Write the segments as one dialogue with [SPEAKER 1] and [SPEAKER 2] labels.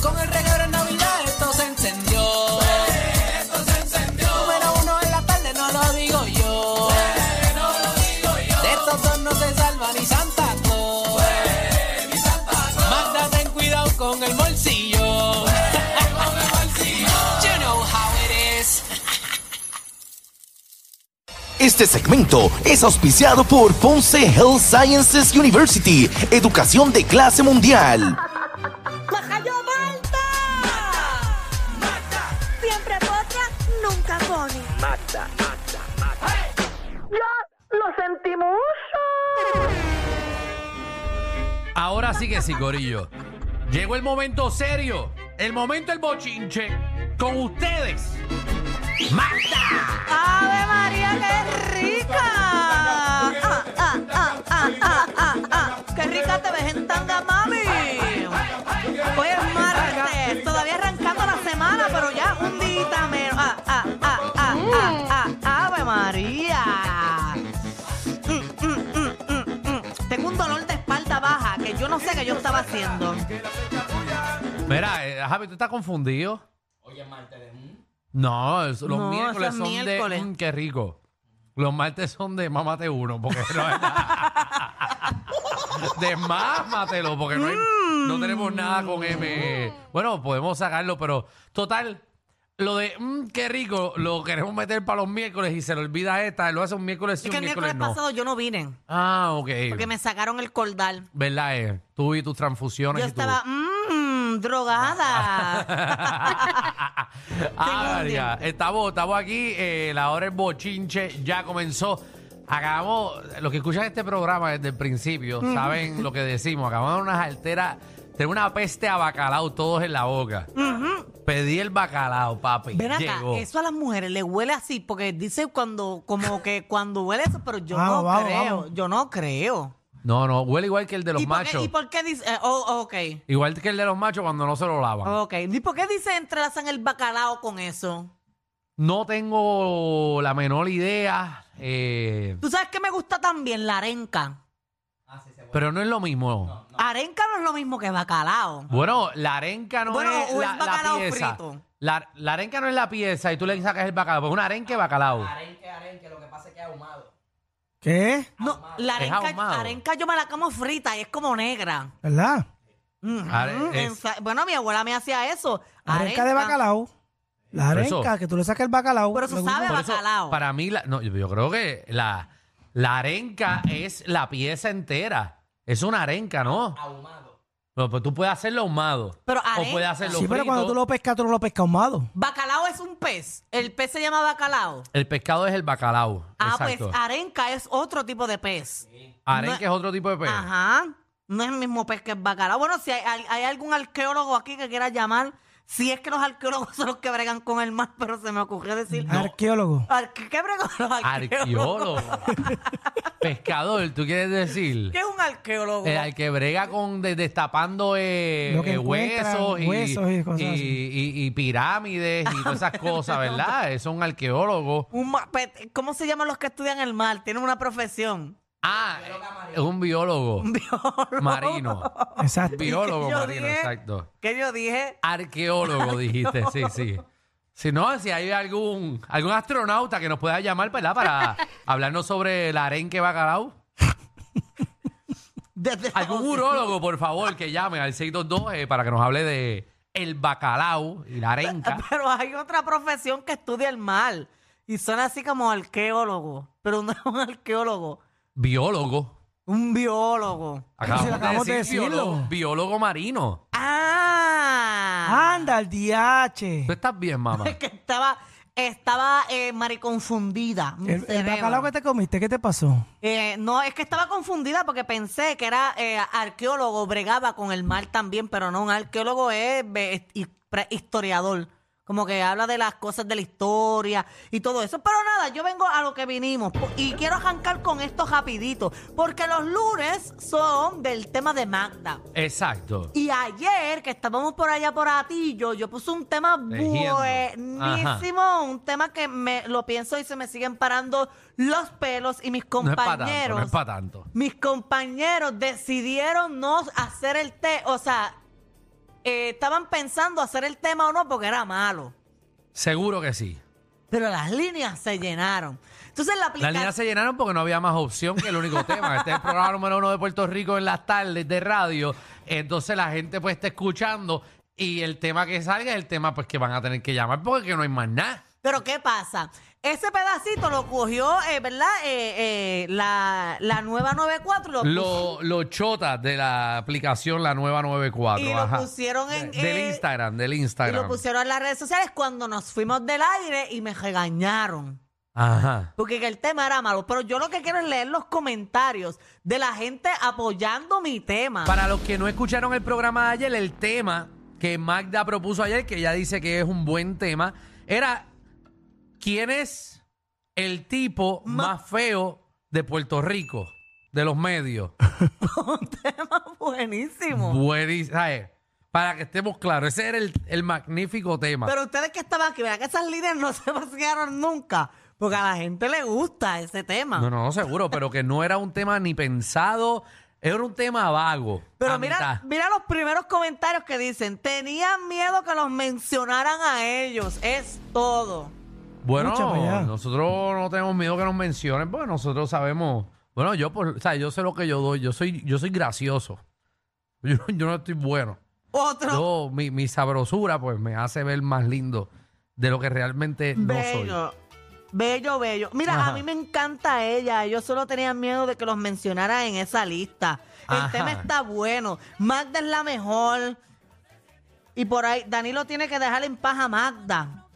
[SPEAKER 1] Con el regalo en Navidad esto se encendió. Esto se encendió. Número uno en la tarde no lo digo yo. No lo digo yo. De estos dos no se salva ni Santa Claus. Ni Santa Claus. Magda ten cuidado con el bolsillo. Con el bolsillo. You know how it is.
[SPEAKER 2] Este segmento es auspiciado por Ponce Health Sciences University, educación de clase mundial.
[SPEAKER 3] ¡Majayo Malta! Siempre potra, nunca pone. ¡Ya lo sentimos!
[SPEAKER 4] Ahora sí que sí, Corillo. Llegó el momento serio. El momento del bochinche. Con ustedes. ¡Magda!
[SPEAKER 3] ¡Ave María, qué rica! Ah, ah, ah, ah, ah, ah, ah. ¡Qué rica te ves en tanga, mami! Hoy es martes, todavía arrancando la semana, pero ya un día menos. Ah, ah, ah, ah, ah, ah, ¡Ave María! Mm, mm, mm, mm, mm. Tengo un dolor de espalda baja que yo no sé qué yo estaba haciendo.
[SPEAKER 4] Mira, eh, Javi, ¿tú estás confundido? Oye, martes. No, es- los
[SPEAKER 3] No,
[SPEAKER 4] miércoles
[SPEAKER 3] eso es
[SPEAKER 4] son
[SPEAKER 3] miércoles.
[SPEAKER 4] de. mm, ¡Qué rico! Los martes son de mámate uno, porque no es. de mámatelo, porque no, hay- no tenemos nada con M.
[SPEAKER 3] Mm.
[SPEAKER 4] Bueno, podemos sacarlo, pero total. Lo de mm, qué rico lo queremos meter para los miércoles y se le olvida esta, lo hace un miércoles y
[SPEAKER 3] Es que
[SPEAKER 4] un
[SPEAKER 3] el miércoles
[SPEAKER 4] miércoles no.
[SPEAKER 3] pasado yo no vine,
[SPEAKER 4] Ah, ok.
[SPEAKER 3] porque me sacaron el cordal.
[SPEAKER 4] ¿Verdad? Eh? Tú y tus transfusiones
[SPEAKER 3] Yo
[SPEAKER 4] y tú.
[SPEAKER 3] estaba, mmm, drogada. Tengo un
[SPEAKER 4] ah, María, estamos, estamos aquí, eh, la hora del bochinche ya comenzó. Acabamos, los que escuchan este programa desde el principio saben lo que decimos. Acabamos unas alteras, tengo una peste a bacalao todos en la boca. Pedí el bacalao, papi.
[SPEAKER 3] Ven acá,
[SPEAKER 4] llegó.
[SPEAKER 3] eso a las mujeres le huele así, porque dice cuando, como que cuando huele eso, pero yo
[SPEAKER 5] Vamos,
[SPEAKER 3] no
[SPEAKER 5] vamos,
[SPEAKER 3] creo,
[SPEAKER 5] vamos.
[SPEAKER 3] yo no creo.
[SPEAKER 4] No, no, huele igual que el de los
[SPEAKER 3] ¿Y por, qué,
[SPEAKER 4] machos.
[SPEAKER 3] ¿Y por qué dice? eh, oh, ok,
[SPEAKER 4] Igual que el de los machos cuando no se lo lavan.
[SPEAKER 3] ok. ¿Y por qué dice entrelazan el bacalao con eso?
[SPEAKER 4] No tengo la menor idea, eh,
[SPEAKER 3] ¿Tú sabes qué me gusta también? La arenca.
[SPEAKER 4] pero no es lo mismo.
[SPEAKER 3] Arenca no es lo mismo que bacalao.
[SPEAKER 4] Bueno, la arenca no
[SPEAKER 3] Bueno,
[SPEAKER 4] es
[SPEAKER 3] o
[SPEAKER 4] la,
[SPEAKER 3] es
[SPEAKER 4] la
[SPEAKER 3] bacalao
[SPEAKER 4] pieza.
[SPEAKER 3] frito.
[SPEAKER 4] La, la arenca no es la pieza y tú le sacas el bacalao. Pues una arenca es bacalao.
[SPEAKER 5] ¿Qué?
[SPEAKER 3] No, la
[SPEAKER 4] Es
[SPEAKER 3] arenca,
[SPEAKER 4] ahumado.
[SPEAKER 3] arenca yo me la como frita y es como negra.
[SPEAKER 5] ¿Verdad?
[SPEAKER 3] Ujú,
[SPEAKER 4] Are- es-
[SPEAKER 3] ensa- Bueno, mi abuela me hacía eso.
[SPEAKER 5] Arenca de bacalao. La
[SPEAKER 4] Por eso.
[SPEAKER 5] arenca, que tú le sacas el bacalao.
[SPEAKER 3] Pero eso
[SPEAKER 5] Me gusta.
[SPEAKER 3] sabe-
[SPEAKER 4] Por eso,
[SPEAKER 3] bacalao.
[SPEAKER 4] para mí, la- no, yo, yo creo que la, la arenca es la pieza entera. Es una arenca, ¿no? Ahumado. Pero, pues, tú puedes hacerlo ahumado.
[SPEAKER 3] Pero
[SPEAKER 4] o puedes
[SPEAKER 3] arenca.
[SPEAKER 4] hacerlo
[SPEAKER 5] Sí, pero
[SPEAKER 4] frito.
[SPEAKER 5] cuando tú lo pescas, tú no lo pescas ahumado.
[SPEAKER 3] Bacalao es un pez. El pez se llama bacalao.
[SPEAKER 4] El pescado es el bacalao.
[SPEAKER 3] Ah,
[SPEAKER 4] Exacto.
[SPEAKER 3] pues arenca es otro tipo de pez.
[SPEAKER 4] arenca
[SPEAKER 3] no-
[SPEAKER 4] es otro tipo de pez.
[SPEAKER 3] Ajá. No es el mismo pez que el bacalao. Bueno, si hay, hay- hay algún arqueólogo aquí que quiera llamar, si es que los arqueólogos son los que bregan con el mar, pero se me ocurrió decir.
[SPEAKER 5] Arqueólogo.
[SPEAKER 3] Ar- ¿Qué bregan los arqueólogos?
[SPEAKER 4] Arqueólogo. Pescador, ¿tú quieres decir?
[SPEAKER 3] ¿Qué es un arqueólogo?
[SPEAKER 4] El Eh, al que brega con de- destapando eh,
[SPEAKER 5] Lo que
[SPEAKER 4] eh,
[SPEAKER 5] encuentran,
[SPEAKER 4] huesos, y,
[SPEAKER 5] huesos y cosas así.
[SPEAKER 4] y- y pirámides y todas esas cosas, ¿verdad? Es un arqueólogo.
[SPEAKER 3] Un ma- pe- ¿Cómo se llaman los que estudian el mar? Tienen una profesión.
[SPEAKER 4] Ah, es un biólogo
[SPEAKER 3] Un biólogo.
[SPEAKER 4] marino.
[SPEAKER 5] Exacto.
[SPEAKER 4] Biólogo
[SPEAKER 3] yo
[SPEAKER 4] marino,
[SPEAKER 3] dije-
[SPEAKER 4] exacto.
[SPEAKER 3] Que yo dije.
[SPEAKER 4] Arqueólogo dijiste, sí, sí. Si no, si hay algún, algún astronauta que nos pueda llamar, ¿verdad? Para hablarnos sobre el arenque bacalao.
[SPEAKER 3] Desde
[SPEAKER 4] Algún urólogo, por favor, que llame al 622 eh, para que nos hable de el bacalao y la arenca.
[SPEAKER 3] Pero hay otra profesión que estudia el mal y son así como arqueólogos, pero no es un arqueólogo,
[SPEAKER 4] Biólogo.
[SPEAKER 3] un biólogo.
[SPEAKER 5] Sí,
[SPEAKER 4] Acabamos
[SPEAKER 5] acabamos
[SPEAKER 4] de
[SPEAKER 5] de
[SPEAKER 4] decir
[SPEAKER 5] decirlo.
[SPEAKER 4] biólogo, biólogo marino.
[SPEAKER 3] Ah,
[SPEAKER 5] Anda, el DH.
[SPEAKER 4] Tú estás bien, mamá.
[SPEAKER 3] es que estaba estaba eh, mariconfundida. mi
[SPEAKER 5] El, el
[SPEAKER 3] cerebro.
[SPEAKER 5] bacalao que te comiste, ¿qué te pasó?
[SPEAKER 3] Eh, no, es que estaba confundida porque pensé que era eh, arqueólogo, bregaba con el mal también, pero no, un arqueólogo es ve- hi- pre- historiador, como que habla de las cosas de la historia y todo eso. Pero nada, yo vengo a lo que vinimos po- y quiero arrancar con esto rapidito, porque los lunes son del tema de Magda.
[SPEAKER 4] Exacto.
[SPEAKER 3] Y ayer, que estábamos por allá por Atillo, yo puse un tema
[SPEAKER 4] Tejiendo.
[SPEAKER 3] buenísimo, un tema que me lo pienso y se me siguen parando los pelos y mis
[SPEAKER 4] No es para tanto,
[SPEAKER 3] compañeros.
[SPEAKER 4] no es para tanto.
[SPEAKER 3] mis compañeros decidieron no hacer el té, o sea, eh, estaban pensando hacer el tema o no porque era malo.
[SPEAKER 4] Seguro que sí.
[SPEAKER 3] Pero las líneas se llenaron. Entonces la
[SPEAKER 4] Las líneas
[SPEAKER 3] aplicación
[SPEAKER 4] se llenaron porque no había más opción que el único tema. Este es el programa número uno de Puerto Rico en las tardes de radio. Entonces la gente pues está escuchando y el tema que salga es el tema pues que van a tener que llamar porque no hay más nada.
[SPEAKER 3] Pero ¿qué pasa? Ese pedacito lo cogió, eh, ¿verdad? Eh, eh, la, la nueva 94 y lo, puso-
[SPEAKER 4] Lo, lo chota de la aplicación La Nueva 94.
[SPEAKER 3] Y lo
[SPEAKER 4] ajá.
[SPEAKER 3] pusieron en-
[SPEAKER 4] De- del
[SPEAKER 3] eh,
[SPEAKER 4] Instagram, del
[SPEAKER 3] Y
[SPEAKER 4] Instagram.
[SPEAKER 3] lo pusieron en las redes sociales cuando nos fuimos del aire y me regañaron.
[SPEAKER 4] Ajá.
[SPEAKER 3] Porque que el tema era malo. Pero yo lo que quiero es leer los comentarios de la gente apoyando mi tema.
[SPEAKER 4] Para los que no escucharon el programa de ayer, el tema que Magda propuso ayer, que ella dice que es un buen tema, era ¿quién es el tipo más feo de Puerto Rico, de los medios?
[SPEAKER 3] Buenísimo.
[SPEAKER 4] Buenísimo. ¿sabes? Para que estemos claros, ese era el, el magnífico tema.
[SPEAKER 3] Pero ustedes que estaban aquí, ¿verdad que esas líneas no se pasearon nunca? Porque a la gente le gusta ese tema.
[SPEAKER 4] no, no, no, seguro, pero que no era un tema ni pensado, era un tema vago.
[SPEAKER 3] Pero
[SPEAKER 4] a
[SPEAKER 3] mira,
[SPEAKER 4] mitad.
[SPEAKER 3] mira los primeros comentarios que dicen. Tenían miedo que los mencionaran a ellos. Es todo.
[SPEAKER 5] Escucha para allá.
[SPEAKER 4] Bueno, nosotros no tenemos miedo que nos mencionen, porque nosotros sabemos. Bueno, yo, por, o sea, yo sé lo que yo doy. Yo soy, yo soy gracioso. Yo, yo no estoy bueno.
[SPEAKER 3] Otro
[SPEAKER 4] Yo, mi, mi sabrosura, pues, me hace ver más lindo de lo que realmente no soy.
[SPEAKER 3] Bello. Bello, bello. Mira,
[SPEAKER 4] Ajá.
[SPEAKER 3] a mí me encanta ella. Yo solo tenía miedo de que los mencionara en esa lista. El
[SPEAKER 4] Ajá.
[SPEAKER 3] tema está bueno. Magda es la mejor. Y por ahí, Danilo tiene que dejar en paz a Magda.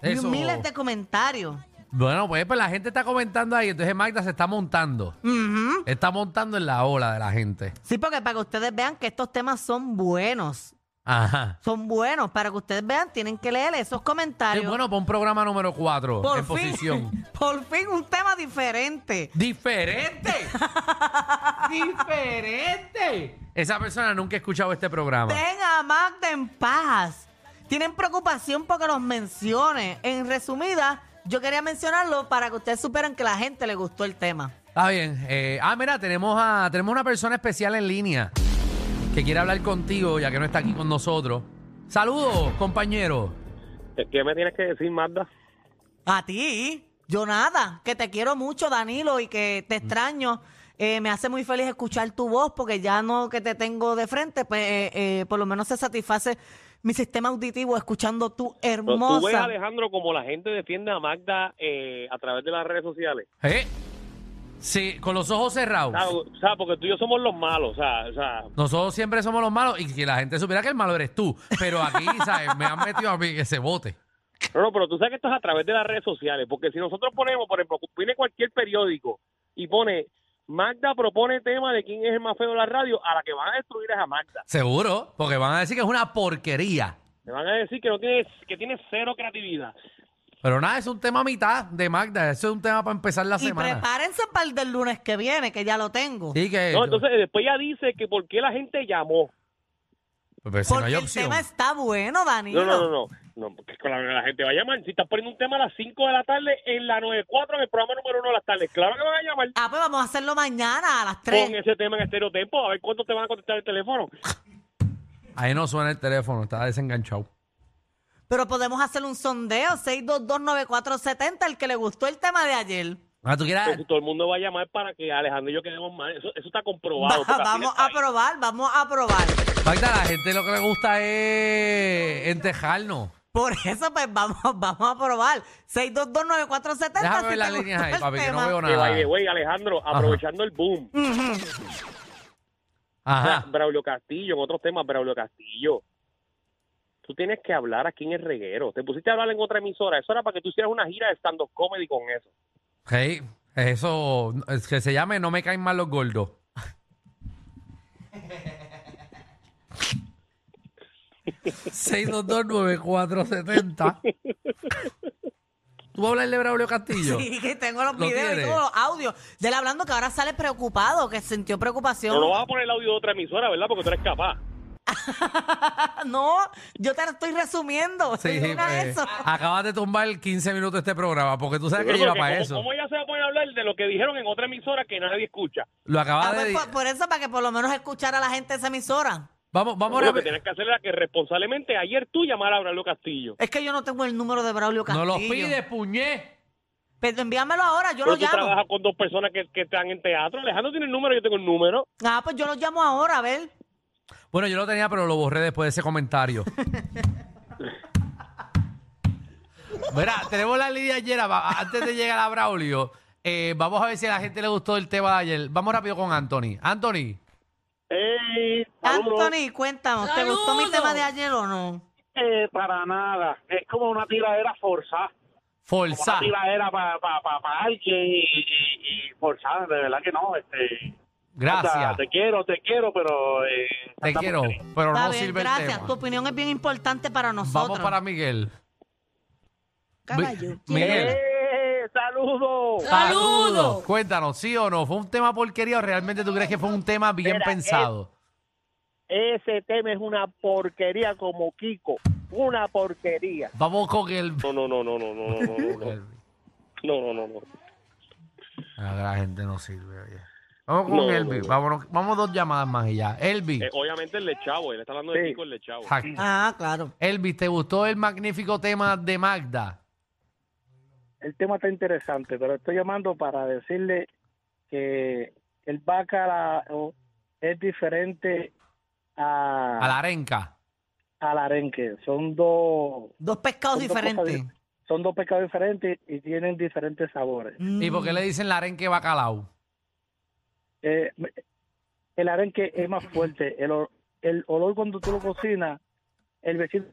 [SPEAKER 3] Y
[SPEAKER 4] Eso.
[SPEAKER 3] miles de comentarios.
[SPEAKER 4] Bueno, pues, pues, la gente está comentando ahí. Entonces Magda se está montando.
[SPEAKER 3] Ujú.
[SPEAKER 4] Está montando en la ola de la gente.
[SPEAKER 3] Sí, porque para que ustedes vean que estos temas son buenos.
[SPEAKER 4] Ajá.
[SPEAKER 3] Son buenos. Para que ustedes vean, tienen que leer esos comentarios.
[SPEAKER 4] Es bueno, para un programa número 4
[SPEAKER 3] por
[SPEAKER 4] en
[SPEAKER 3] fin,
[SPEAKER 4] posición.
[SPEAKER 3] por fin un tema diferente.
[SPEAKER 4] ¡Diferente! ¡Diferente! Esa persona nunca ha escuchado este programa.
[SPEAKER 3] Ten a Magda en paz. Tienen preocupación porque los mencione. En resumida, yo quería mencionarlo para que ustedes supieran que la gente le gustó el tema.
[SPEAKER 4] Está bien. eh, ah, mira, tenemos a tenemos una persona especial en línea que quiere hablar contigo, ya que no está aquí con nosotros. Saludos, compañero.
[SPEAKER 6] ¿Qué me tienes que decir, Magda?
[SPEAKER 3] A ti, yo nada, que te quiero mucho, Danilo, y que
[SPEAKER 4] Mm.
[SPEAKER 3] te extraño. Eh, me hace muy feliz escuchar tu voz porque ya no que te tengo de frente, pues eh, eh, por lo menos se satisface mi sistema auditivo escuchando tu
[SPEAKER 6] Tú- Tú ves,
[SPEAKER 3] hermosa.
[SPEAKER 6] Alejandro, como la gente defiende a Magda eh, a través de las redes sociales.
[SPEAKER 4] ¿Eh? Sí, con los ojos cerrados.
[SPEAKER 6] Ah, O sea, porque tú y yo somos los malos. O sea, o sea
[SPEAKER 4] Nosotros siempre somos los malos y que la gente supiera que el malo eres tú. Pero aquí, ¿sabes? Me han metido a mí ese bote.
[SPEAKER 6] no, no, pero tú sabes que esto es a través de las redes sociales. Porque si nosotros ponemos, por ejemplo, viene cualquier periódico y pone Magda propone tema de quién es el más feo de la radio, a la que van a destruir es a Magda.
[SPEAKER 4] Seguro, porque van a decir que es una porquería.
[SPEAKER 6] Me van a decir que no tiene, que tiene cero creatividad.
[SPEAKER 4] Pero nada, es un tema a mitad de Magda. Eso es un tema para empezar la
[SPEAKER 3] y
[SPEAKER 4] semana.
[SPEAKER 3] prepárense para el del lunes que viene, que ya lo tengo.
[SPEAKER 4] Sí, que.
[SPEAKER 6] No, entonces después ya dice que por qué la gente llamó.
[SPEAKER 4] Pues, si no
[SPEAKER 3] Porque
[SPEAKER 4] hay
[SPEAKER 3] el
[SPEAKER 4] opción.
[SPEAKER 3] tema está bueno, Danilo.
[SPEAKER 6] No, no, no, no. No, porque con la, la gente va a llamar. Si estás poniendo un tema a las 5 de la tarde en la 94 en el programa número 1 de las tardes, claro que van a llamar
[SPEAKER 3] Ah, pues vamos a hacerlo mañana a las 3.
[SPEAKER 6] con ese tema en estereotempo a ver cuánto
[SPEAKER 3] Ah.
[SPEAKER 6] te van a contestar el teléfono.
[SPEAKER 4] Ahí no suena el teléfono, está desenganchado.
[SPEAKER 3] Pero podemos hacer un sondeo, 6229470, el que le gustó el tema de ayer.
[SPEAKER 4] Ah, tú quieras.
[SPEAKER 6] Todo el mundo va a llamar para que Alejandro y yo quedemos mal. Eso, eso está
[SPEAKER 3] Va-
[SPEAKER 6] comprobado. porque así
[SPEAKER 3] vamos
[SPEAKER 6] les va
[SPEAKER 3] a probar, vamos a probar.
[SPEAKER 6] Pues,
[SPEAKER 4] Magda, la gente lo que le gusta es entejarnos.
[SPEAKER 3] Por eso, pues vamos, vamos a probar. 6229470.
[SPEAKER 4] Déjame
[SPEAKER 3] si
[SPEAKER 4] ver
[SPEAKER 3] te
[SPEAKER 4] las
[SPEAKER 3] gustó
[SPEAKER 4] líneas ahí,
[SPEAKER 3] el
[SPEAKER 4] papi, que no
[SPEAKER 3] tema.
[SPEAKER 4] veo
[SPEAKER 6] Que by the
[SPEAKER 4] nada.
[SPEAKER 6] way, Alejandro, aprovechando el boom,
[SPEAKER 4] Ajá.
[SPEAKER 6] Braulio Castillo, en otros temas, Braulio Castillo. Tú tienes que hablar aquí en el reguero. Te pusiste a hablar en otra emisora. Eso era para que tú hicieras una gira de stand-up comedy con eso.
[SPEAKER 4] Hey, eso, es que se llame No me caen mal los gordos. Seis dos dos nueve cuatro setenta. ¿Tú vas a hablar de Braulio Castillo?
[SPEAKER 3] Sí, que tengo los
[SPEAKER 4] ¿Lo
[SPEAKER 3] videos y
[SPEAKER 4] tienes?
[SPEAKER 3] todos los audios de él hablando que ahora sale preocupado, que sintió preocupación.
[SPEAKER 6] No lo vas a poner el audio de otra emisora, ¿verdad? Porque tú eres capaz.
[SPEAKER 3] No, yo te lo estoy resumiendo.
[SPEAKER 4] Sí,
[SPEAKER 3] Mira
[SPEAKER 4] eh,
[SPEAKER 3] eso.
[SPEAKER 4] acabas de tumbar 15 minutos de este programa porque tú sabes que
[SPEAKER 6] Pero
[SPEAKER 4] lleva
[SPEAKER 6] que
[SPEAKER 4] para
[SPEAKER 6] ¿cómo-
[SPEAKER 4] eso.
[SPEAKER 6] ¿Cómo ella se va a poner a hablar de lo que dijeron en otra emisora que nadie escucha?
[SPEAKER 4] Lo
[SPEAKER 3] Ah,
[SPEAKER 4] acabas
[SPEAKER 3] pues,
[SPEAKER 4] de.
[SPEAKER 3] por, por eso, para que por lo menos escuchara a la gente de esa emisora.
[SPEAKER 4] Vamos, vamos
[SPEAKER 6] Lo que
[SPEAKER 4] rápido.
[SPEAKER 6] tienes que hacer era que responsablemente ayer tú llamar a Braulio Castillo.
[SPEAKER 3] Es que yo no tengo el número de Braulio Castillo.
[SPEAKER 4] No los pides, puñé.
[SPEAKER 3] Pero Pues envíamelo ahora, yo
[SPEAKER 6] Pero
[SPEAKER 3] lo
[SPEAKER 6] tú
[SPEAKER 3] llamo.
[SPEAKER 6] trabajas con dos personas que, que están en teatro. Alejandro tiene el número, yo tengo el número.
[SPEAKER 3] Ah, pues yo lo llamo ahora, a ver.
[SPEAKER 4] Bueno, yo lo tenía, pero lo borré después de ese comentario. Mira, tenemos la línea ayer. Antes de llegar a Braulio, eh, vamos a ver si a la gente le gustó el tema de ayer. Vamos rápido con Anthony. Anthony,
[SPEAKER 6] ¡Ey! saludos.
[SPEAKER 3] Ah, Anthony, cuéntanos, ¿te gustó mi tema de ayer o no?
[SPEAKER 6] Eh, para nada. Es como una tiradera forzada. Como
[SPEAKER 4] Forza.
[SPEAKER 6] Una tiradera para pa, pa, pa alguien y, y, y forzada. De verdad que no. Este, o sea,
[SPEAKER 4] Gracias.
[SPEAKER 6] te quiero, te quiero, pero... eh,
[SPEAKER 4] Te
[SPEAKER 6] tanta
[SPEAKER 4] quiero,
[SPEAKER 6] porquería.
[SPEAKER 4] pero
[SPEAKER 3] Está
[SPEAKER 4] no
[SPEAKER 3] bien,
[SPEAKER 4] sirve el
[SPEAKER 3] gracias. Tu
[SPEAKER 4] tema.
[SPEAKER 3] opinión es bien importante para nosotros.
[SPEAKER 4] Vamos para Miguel.
[SPEAKER 7] Caballo.
[SPEAKER 4] Mi- Miguel.
[SPEAKER 6] ¡Eh, saludos!
[SPEAKER 4] Saludos. Cuéntanos, ¿sí o no? ¿Fue un tema porquería o realmente tú crees que fue un tema bien
[SPEAKER 6] Mira,
[SPEAKER 4] pensado?
[SPEAKER 6] Ese tema es una porquería como Kiko. Una porquería.
[SPEAKER 4] Vamos con el...
[SPEAKER 6] No, no, no, no, no, no, no, no, no, no, no, no, no.
[SPEAKER 4] Ah, La gente no sirve, oye. Vamos con
[SPEAKER 6] No, no,
[SPEAKER 4] Elvi.
[SPEAKER 6] no.
[SPEAKER 4] Vámonos- Vamos dos llamadas más y ya. Elvi.
[SPEAKER 6] Eh, obviamente el lechavo, él está hablando de Kiko el lechavo.
[SPEAKER 4] Exacto.
[SPEAKER 3] Ah, claro.
[SPEAKER 4] Elvis, ¿te gustó el magnífico tema de Magda?
[SPEAKER 8] el tema está interesante, pero estoy llamando para decirle que el bacalao es diferente a,
[SPEAKER 4] A la arenca.
[SPEAKER 8] al arenque. Son dos,
[SPEAKER 3] Dos pescados
[SPEAKER 8] son dos cosas
[SPEAKER 3] diferentes.
[SPEAKER 8] di- son dos pescados diferentes y tienen diferentes sabores.
[SPEAKER 4] ¿Y por qué le dicen la arenque bacalao?
[SPEAKER 8] Eh, me- el arenque es más fuerte. El, o- el olor cuando tú lo cocinas, el vecino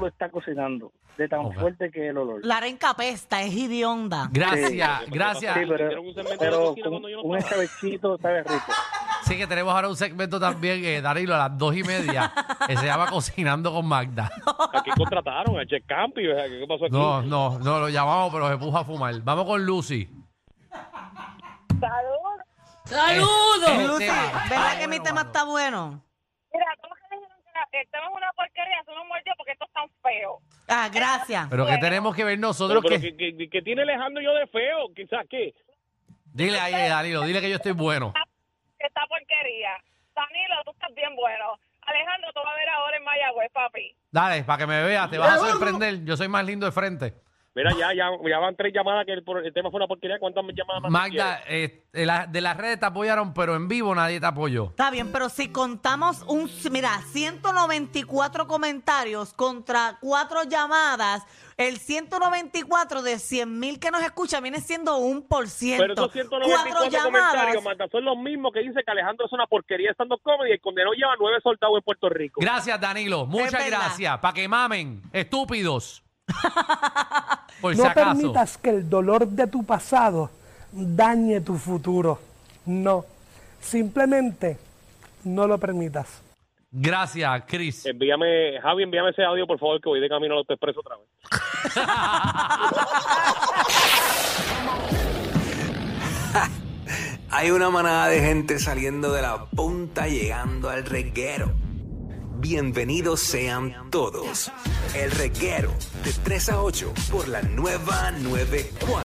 [SPEAKER 8] lo está cocinando, de tan
[SPEAKER 4] Ok.
[SPEAKER 8] fuerte que es el olor.
[SPEAKER 3] La arenca pesta, es hedionda.
[SPEAKER 4] Gracias,
[SPEAKER 6] Sí. pues.
[SPEAKER 4] gracias.
[SPEAKER 8] Sí, pero,
[SPEAKER 6] Hicieron un segmento de
[SPEAKER 8] pero
[SPEAKER 6] cocina
[SPEAKER 8] con
[SPEAKER 6] cuando yo no
[SPEAKER 8] un
[SPEAKER 6] estaba.
[SPEAKER 8] escabechito sabe rico.
[SPEAKER 4] Sí que tenemos ahora un segmento también, eh, Danilo, a las dos y media, que se llama Cocinando con Magda.
[SPEAKER 6] Aquí contrataron a Che Campi, o sea, ¿qué pasó aquí?
[SPEAKER 4] No, no, no, lo llamamos, pero se puso a fumar. Vamos con Lucy. Este,
[SPEAKER 9] Salud.
[SPEAKER 4] ¡Saludos!
[SPEAKER 3] Lucy, ¿verdad que mi tema está bueno?
[SPEAKER 9] Mira, ¿cómo que dijeron que la- el tema es una porquería? Eso no mordió porque esto es tan feo.
[SPEAKER 3] Ah, gracias.
[SPEAKER 4] Pero que tenemos que ver
[SPEAKER 6] Pero,
[SPEAKER 4] nosotros
[SPEAKER 6] pero
[SPEAKER 4] que...
[SPEAKER 6] que, que- que tiene Alejandro yo de feo, quizás que.
[SPEAKER 4] Dile ahí, eh, Danilo, dile que yo estoy bueno.
[SPEAKER 9] Esta porquería. Danilo, tú estás bien bueno. Alejandro, tú vas a ver ahora en Mayagüez, papi.
[SPEAKER 4] Dale, para que me veas, te vas a sorprender. Yo soy más lindo de frente.
[SPEAKER 6] Mira, ya, ya, ya van tres llamadas que el, por- el tema fue una porquería. ¿Cuántas llamadas más?
[SPEAKER 4] Magda, eh, de la- de las redes te apoyaron, pero en vivo nadie te apoyó.
[SPEAKER 3] Está bien, pero si contamos un, mira, 194 comentarios contra cuatro llamadas, el 194 de 100 mil que nos escucha viene siendo un por ciento.
[SPEAKER 6] Pero esos 194 comentarios, Magda, son los mismos que dice que Alejandro es una porquería estando comedy y el condenado lleva nueve soldados en Puerto Rico.
[SPEAKER 4] Gracias, Danilo. Muchas
[SPEAKER 3] verdad.
[SPEAKER 4] gracias. Para que mamen, estúpidos. Por si
[SPEAKER 10] No
[SPEAKER 4] acaso.
[SPEAKER 10] permitas que el dolor de tu pasado dañe tu futuro. No. Simplemente no lo permitas.
[SPEAKER 4] Gracias, Chris.
[SPEAKER 6] Envíame, Javi, envíame ese audio, por favor, que voy de camino al autoexpreso otra vez.
[SPEAKER 11] Hay una manada de gente saliendo de la punta llegando al reguero. Bienvenidos sean todos. El reguero de 3 a 8 por la nueva 94.